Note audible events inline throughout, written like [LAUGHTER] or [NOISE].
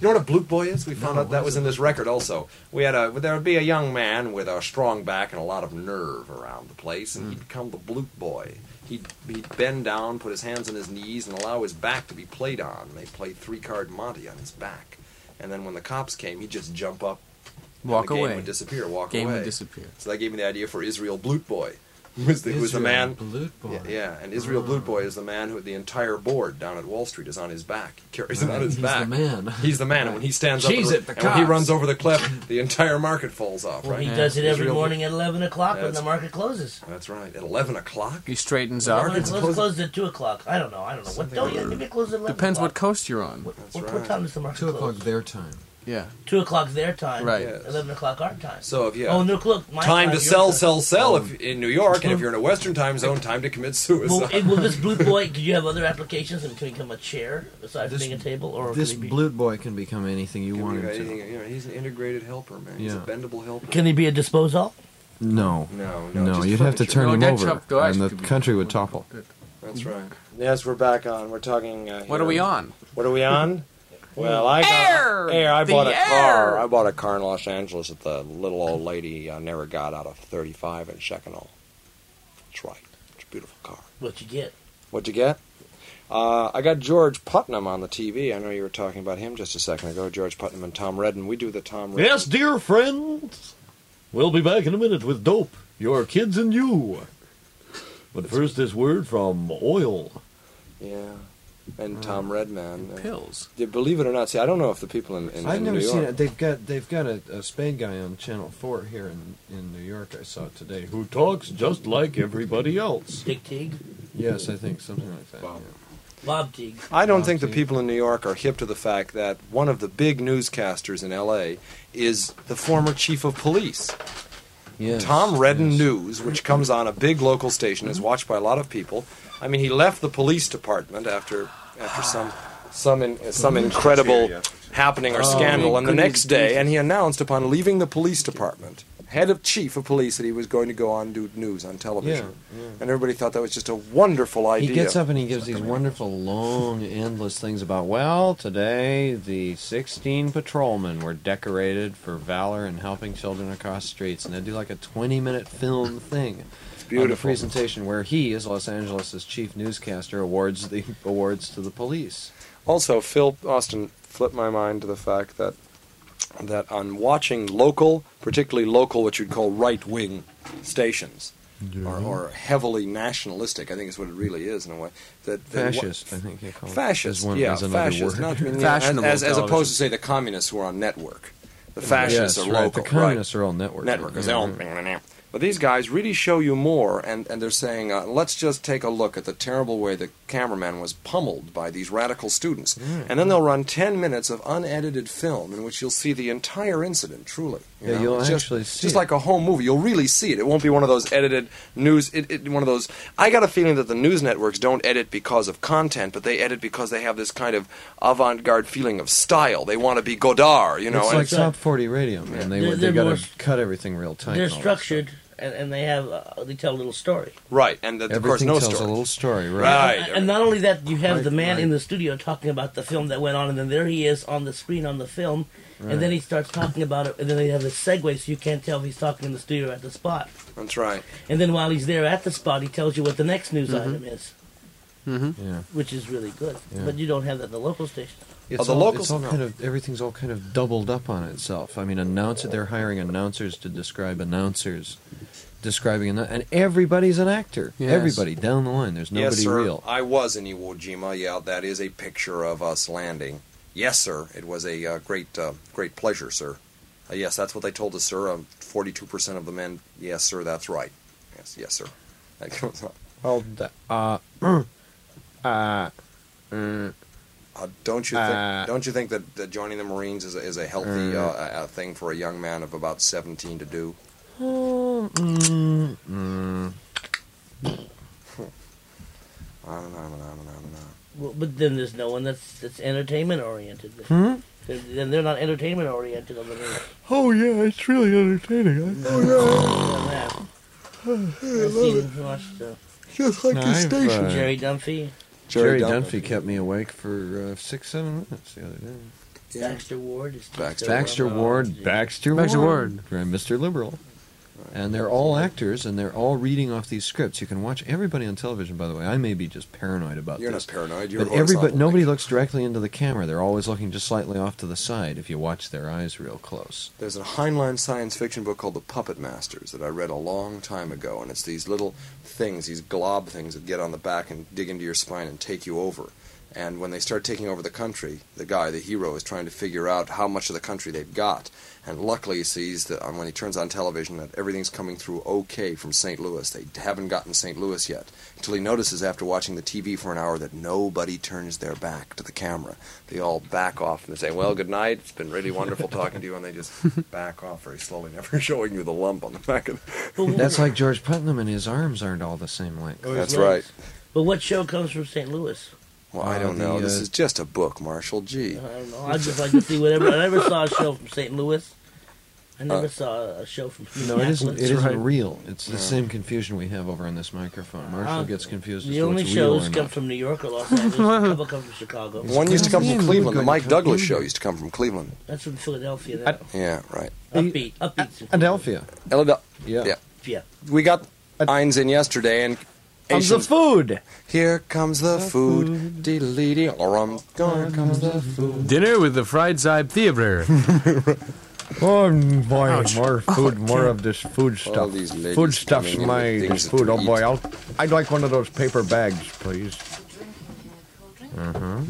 You know what a bloop boy is? We found out that was in this record also. We had a there would be a young man with a strong back and a lot of nerve around the place, and he'd become the bloop boy. He'd, he'd bend down, put his hands on his knees, and allow his back to be played on. They played three card Monty on his back, and then when the cops came, he'd just jump up, and Walk the game away. would disappear. Walk Game away. would disappear. So that gave me the idea for Israel Bloot Boy, [LAUGHS] who was the, who was the man. Blute boy. Yeah, yeah, and Israel Blute Boy is the man who the entire board down at Wall Street is on his back. He carries it on his He's back. the man. He's the man. And when he stands up, Jeez, and, it, the and when he cops. runs over the cliff, the entire market falls off. Well, right? he does it every Israel Blute- morning at 11 o'clock when That's- the market closes. That's right. At eleven o'clock. He straightens Well, up. it market's closing- closes, closes at 2 o'clock. I don't know. I don't know. What, Something don't you, like- maybe it closes at 11 Depends what o'clock. coast you're on. What, That's what, right. what time does the market Two o'clock close? their time. Yeah. 2 o'clock their time. Right. Yes. 11 o'clock our time. So if yeah, Oh, no, look. My time to your sell, time. sell, sell. Oh. If in New York, and if you're in a Western time zone, time to commit Will, suicide. it- will [LAUGHS] this blue boy? Do you have other applications? And can he become a chair besides This- being a table? Or This can he be, blute boy can become anything you Can want we- him anything- to. you know, he's an integrated helper, man. He's a Yeah. bendable helper. Can he be a disposal? No. No, no, No, just you'd have to furniture. turn No, him that over, chopped glass and the could be- country would topple. That's right. Yes, we're back on. We're talking. Uh, What are we on? What are we on? [LAUGHS] Well, I got Air! Air, I The bought a car. air! I bought a car in Los Angeles that the little old lady uh, never got out of 35 in Shekinah. That's right. It's a beautiful car. What you get? What'd you get? Uh, I got George Putnam on the TV. I know you were talking about him just a second ago. George Putnam and Tom Redden. We do the Tom Redden. Yes, dear friends. We'll be back in a minute with Dope, Your Kids and You. But first, this word from oil. Yeah. And Tom Redman. And- Pills. Yeah, believe it or not, see, I don't know if the people in, in, I've in never New York. seen it. They've got they've got a, a Spain guy on Channel Four here in, in New York. I saw it today. Who? Who talks just like everybody else. Dick Teague, Yes, I think something like that. yeah. Bob Teague. I Oh, don't think the people in New York are hip to the fact that one of the big newscasters in L.A. is the former chief of police. Yes, Mm-hmm. Tom Redden yes. News, which comes on a big local station, is watched by a lot of people. I mean, he left the police department after after some some in, uh, some Mm-hmm. incredible happening Oh, or scandal, and the goodness next day, and he announced upon leaving the police department, head of chief of police, that he was going to go on do news on television, Yeah, yeah. and everybody thought that was just a wonderful idea. He gets up and he gives these wonderful, long, endless things about, well, today the 16 patrolmen were decorated for valor in helping children across streets. And they do like a 20 minute film thing. It's On the beautiful. presentation where he, as Los Angeles' chief newscaster, awards the awards to the police. Also, Phil Austin flipped my mind to the fact that that on watching local, particularly local, what you'd call right wing stations, or, or heavily nationalistic, I think is what it really is in a way. That, that wa- Fascist, I think you call it. fascist, is one, yeah, is another fascist, word. not I mean, [LAUGHS] yeah, as, Fashionable as, as opposed to television. say the communists who are on network. The fascists yes, are right. local, The communists are all network. network. 'cause Yeah. they don't- But these guys really show you more, and, and they're saying, uh, let's just take a look at the terrible way the cameraman was pummeled by these radical students. Hmm. And then they'll run 10 minutes of unedited film in which you'll see the entire incident, truly. you Yeah, know? you'll It's just, actually it's see Just it. like a home movie. You'll really see it. It won't be one of those edited news, it, it, one of those. I got a feeling that the news networks don't edit because of content, but they edit because they have this kind of avant garde feeling of style. They want to be Godard, you know. it's and like top 40 radio, man. They, They're- they they're got more- to cut everything real tight. They're and all that structured, and, and they have uh, they tell a little story. right, and that, stuff. of course, Everything no tells story. a little story, right? Right. And, and not only that, you have Right, the man right. in the studio talking about the film that went on, and then there he is on the screen on the film, and then he starts talking about it, and then they have a segue so you can't tell if he's talking in the studio or at the spot. That's right. And then while he's there at the spot, he tells you what the next news item is, Yeah. which is really good. Mm-hmm. Yeah. But you don't have that at the local station. It's the all, locals- it's all no. kind of everything's all kind of doubled up on itself. I mean, announcer they're hiring announcers to describe announcers, describing annou- and everybody's an actor. Yes. Everybody down the line. There's nobody yes, sir. real. I was in Iwo Jima. Yeah, that is a picture of us landing. Yes, sir. It was a uh, great, uh, great pleasure, sir. Uh, yes, that's what they told us, sir. Um, Forty-two percent of the men. Yes, sir. That's right. Yes, yes, sir. [LAUGHS] That goes on. Well, the- uh, mm, uh, mm, Uh, don't you think? Uh, don't you think that, that joining the Marines is a, is a healthy uh, uh, thing for a young man of about seventeen to do? mm, mm, mm. On and on and on and on and on. Well, but then there's no one that's that's entertainment oriented. Hmm? Then then they're not entertainment oriented on the news. [SIGHS] Oh yeah, it's really entertaining. I- I've seen watched uh, Just like No, I've, uh, Jerry Dunphy. Jerry Dunphy kept me awake for uh, six, seven minutes the other day. Yeah. Baxter Ward is Baxter Baxter Ward, Baxter, Baxter Ward, right, Mr. Liberal, and they're all actors, and they're all reading off these scripts. You can watch everybody on television. By the way, I may be just paranoid about You're this, not paranoid. You're but everybody, nobody looks directly into the camera. They're always looking just slightly off to the side. If you watch their eyes real close, There's a Heinlein science fiction book called The Puppet Masters that I read a long time ago, and it's these little things, these glob things that get on the back and dig into your spine and take you over. And when they start taking over the country, the guy, the hero, is trying to figure out how much of the country they've got. And luckily, he sees that um, when he turns on television that everything's coming through okay from St. Louis. They haven't gotten St. Louis yet. Until he notices after watching the TV for an hour that nobody turns their back to the camera. They all back off and they say, Well, good night. It's been really wonderful talking to you. And they [LAUGHS] just back off very slowly, never [LAUGHS] showing you the lump on the back of the. that's like George Putnam and his arms aren't all the same length. That's right. But what show comes from St. Louis? Well, Uh, I Uh, don't the, know. This uh, is just a book, Marshall. Gee. I don't know. I just like to see whatever. I never saw a show from St. Louis. I Uh. never saw a show from. No, it isn't. It Minneapolis. isn't right. real. It's the same confusion we have over on this microphone. Marshall Uh, gets confused as The to only what's real shows or come not. from New York or Los Angeles. a couple come from Chicago. One used to come Yeah, from we Cleveland. The got Mike Cleveland. Douglas show used to come from Cleveland. That's from Philadelphia. That Yeah, right. upbeat, upbeat. Adelphia. Elada- Yeah. Yeah. Yeah. We got Ein's in yesterday, and Comes the Asian- food. Here comes the food, deleting rum. Here comes the food. Dinner with the fried side [LAUGHS] theater. Oh boy, Ouch. more food, more of this food All stuff. these ladies Food stuff's coming in my with things this food. to Oh boy, eat. I'll, I'd like one of those paper bags, please. Mm,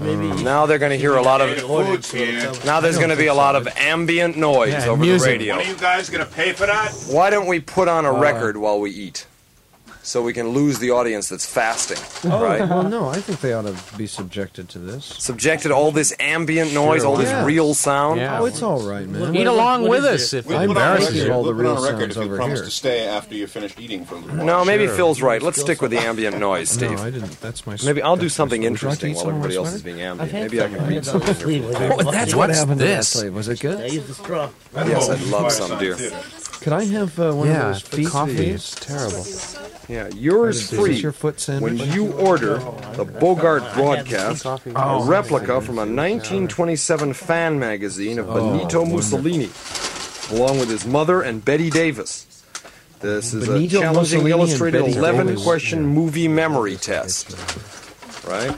Maybe Now they're going to hear a lot of. ordered so it'll come. Now there's going to be a lot of ambient noise Yeah, over music. the radio. When are you guys gonna pay for that? Why don't we put on a Oh. record while we eat, so we can lose the audience that's fasting, right? Well, Oh, no, I think they ought to be subjected to this. Subjected to all this ambient noise, all this Yes. real sound. Yeah. Oh, it's all right, man. Eat What- along what with is us it? if I We'll put on a embarrass record- you all we'll the put on real a record sounds if you over promise here. to stay after you finished eating for a little while. No, maybe Sure. Phil's right. Let's stick with the ambient noise, Steve. No, I didn't. That's my. Maybe I'll that's do my something solution. Should I interesting eat while some of my everybody else sweater? is being I've ambient. had Maybe I some. can I read had something. some sleep. What- that's I What What's happened to this? that plate? Was it good? used the straw. Yes, I'd love some, dear. Could I have uh, one Yeah, of those feet? coffee is please? terrible. Yeah, Is yours this free. your foot sandwich? When you order Oh, the Bogart broadcast, Coffee. a replica from a 1927 fan magazine of Oh, Benito Mussolini, along with his mother and Betty Davis. This is Benito a challenging Mussolini and illustrated Betty 11 Davis, question yeah. movie memory test. Right?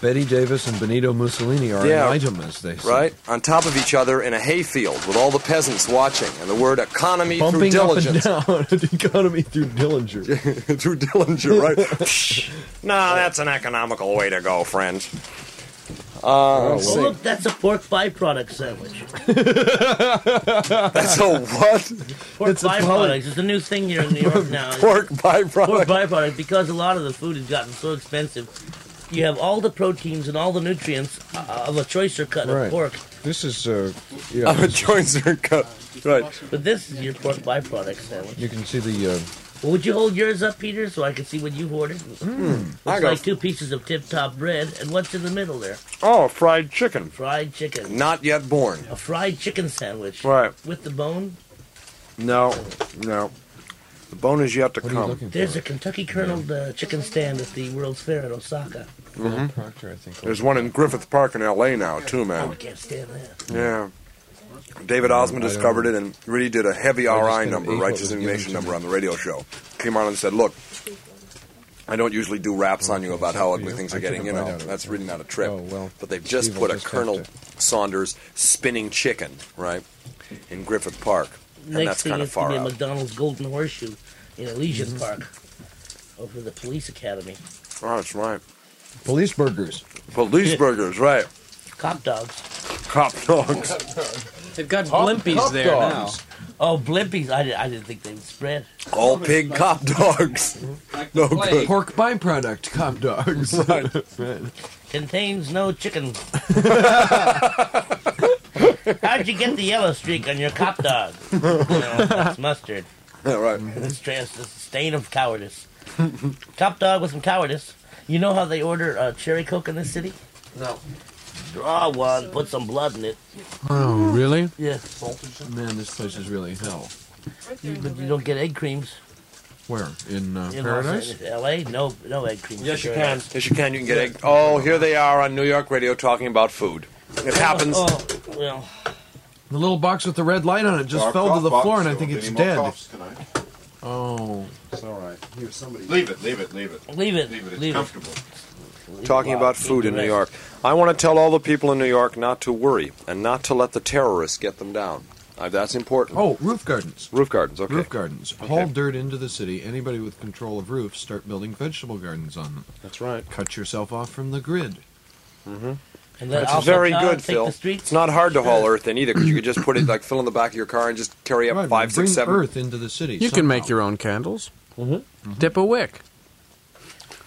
Betty Davis and Benito Mussolini are Yeah. an item, as they say. Right? On top of each other in a hayfield with all the peasants watching and the word economy through Bumping up and diligence. down [LAUGHS] economy through Dillinger. [LAUGHS] through Dillinger, [LAUGHS] right? no, that's an economical way to go, friend. Uh, Oh, look, that's a pork byproduct sandwich. that's a what? Pork It's a byproducts. It's a new thing [LAUGHS] here in New York now. Pork Pork byproduct. byproduct because a lot of the food has gotten so expensive. You have all the proteins and all the nutrients uh, of a choicer cut Right. of pork, This is, uh, I'm yeah. a jointer cut. Right. but this is your pork byproduct sandwich. You can see the, uh, Well, would you hold yours up, Peter, so I can see what you ordered? It's I got- like two pieces of tip-top bread, and what's in the middle there? Oh, fried chicken. Fried chicken. Not yet born. A fried chicken sandwich. Right. With the bone. No, no. The bone is yet to what are you come. looking for? There's a Kentucky Colonel uh, chicken stand at the World's Fair in Osaka. Mm-hmm. Proctor, I think. There's one in Griffith Park in L.A. now, too, Oh, I man. can't stand that. Oh. Yeah. David Osmond discovered it and really did a heavy just RI gonna number, eat what Righteous was given to Indignation me. number on the radio show. Came on and said, look, I don't usually do raps on you about how ugly things are I took getting, a you bite know. out of it. That's really not a trip. Oh, well, But they've just Steve put will a just have Colonel to- Saunders spinning chicken, right, in Griffith Park. And Next that's thing kind of is to far be a out. Mm-hmm. McDonald's Golden Horseshoe in Elysian Park over the police academy. Oh, that's right. Police burgers. Police burgers, right. Cop dogs. Cop dogs. They've got blimpies there now. Oh, blimpies. I, did, I didn't think they would spread. All pig cop dogs. No good. Pork byproduct, cop dogs. Contains [LAUGHS] no chicken. How'd you get the yellow streak on your cop dog? You know, that's mustard. Yeah, right. This trans this stain of cowardice. Cop dog with some cowardice. You know how they order uh, cherry coke in this city? No. Draw one, put some blood in it. Oh, really? Yeah, Man, this place is really hell. but you don't get egg creams. Where? In, uh, In Los Paradise? Angeles, L.A. No, no egg cream. Yes, you can. Paradise. Yes, you can. You can get egg. Oh, here they are on New York radio talking about food. It happens. Oh, well, The little box with the red light on it just Our fell to cough the box, floor, and I so think any it's more dead. coughs tonight? Oh, It's all right. Here, somebody. Leave it, leave it, leave it. leave it. Leave it, it's Leave it. comfortable. Leave it talking alone. about Keep food in the New York. rest. I want to tell all the people in New York not to worry and not to let the terrorists get them down. Uh, that's important. oh, roof gardens. Roof gardens, okay. Roof gardens. Haul dirt into the city. Anybody with control of roofs, start building vegetable gardens on them. That's right. Cut yourself off from the grid. And let That's Alpha very Tau good, take Phil. The streets. It's not hard to haul earth in either because you could just put it like fill in the back of your car and just carry up Right, five, bring six, seven. earth into the city. You can make somehow. your own candles. Dip a wick.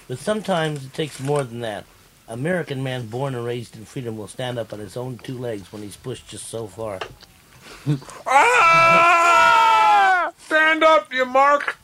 But sometimes it takes more than that. American man born and raised in freedom will stand up on his own two legs when he's pushed just so far. Ah! Stand up, you mark.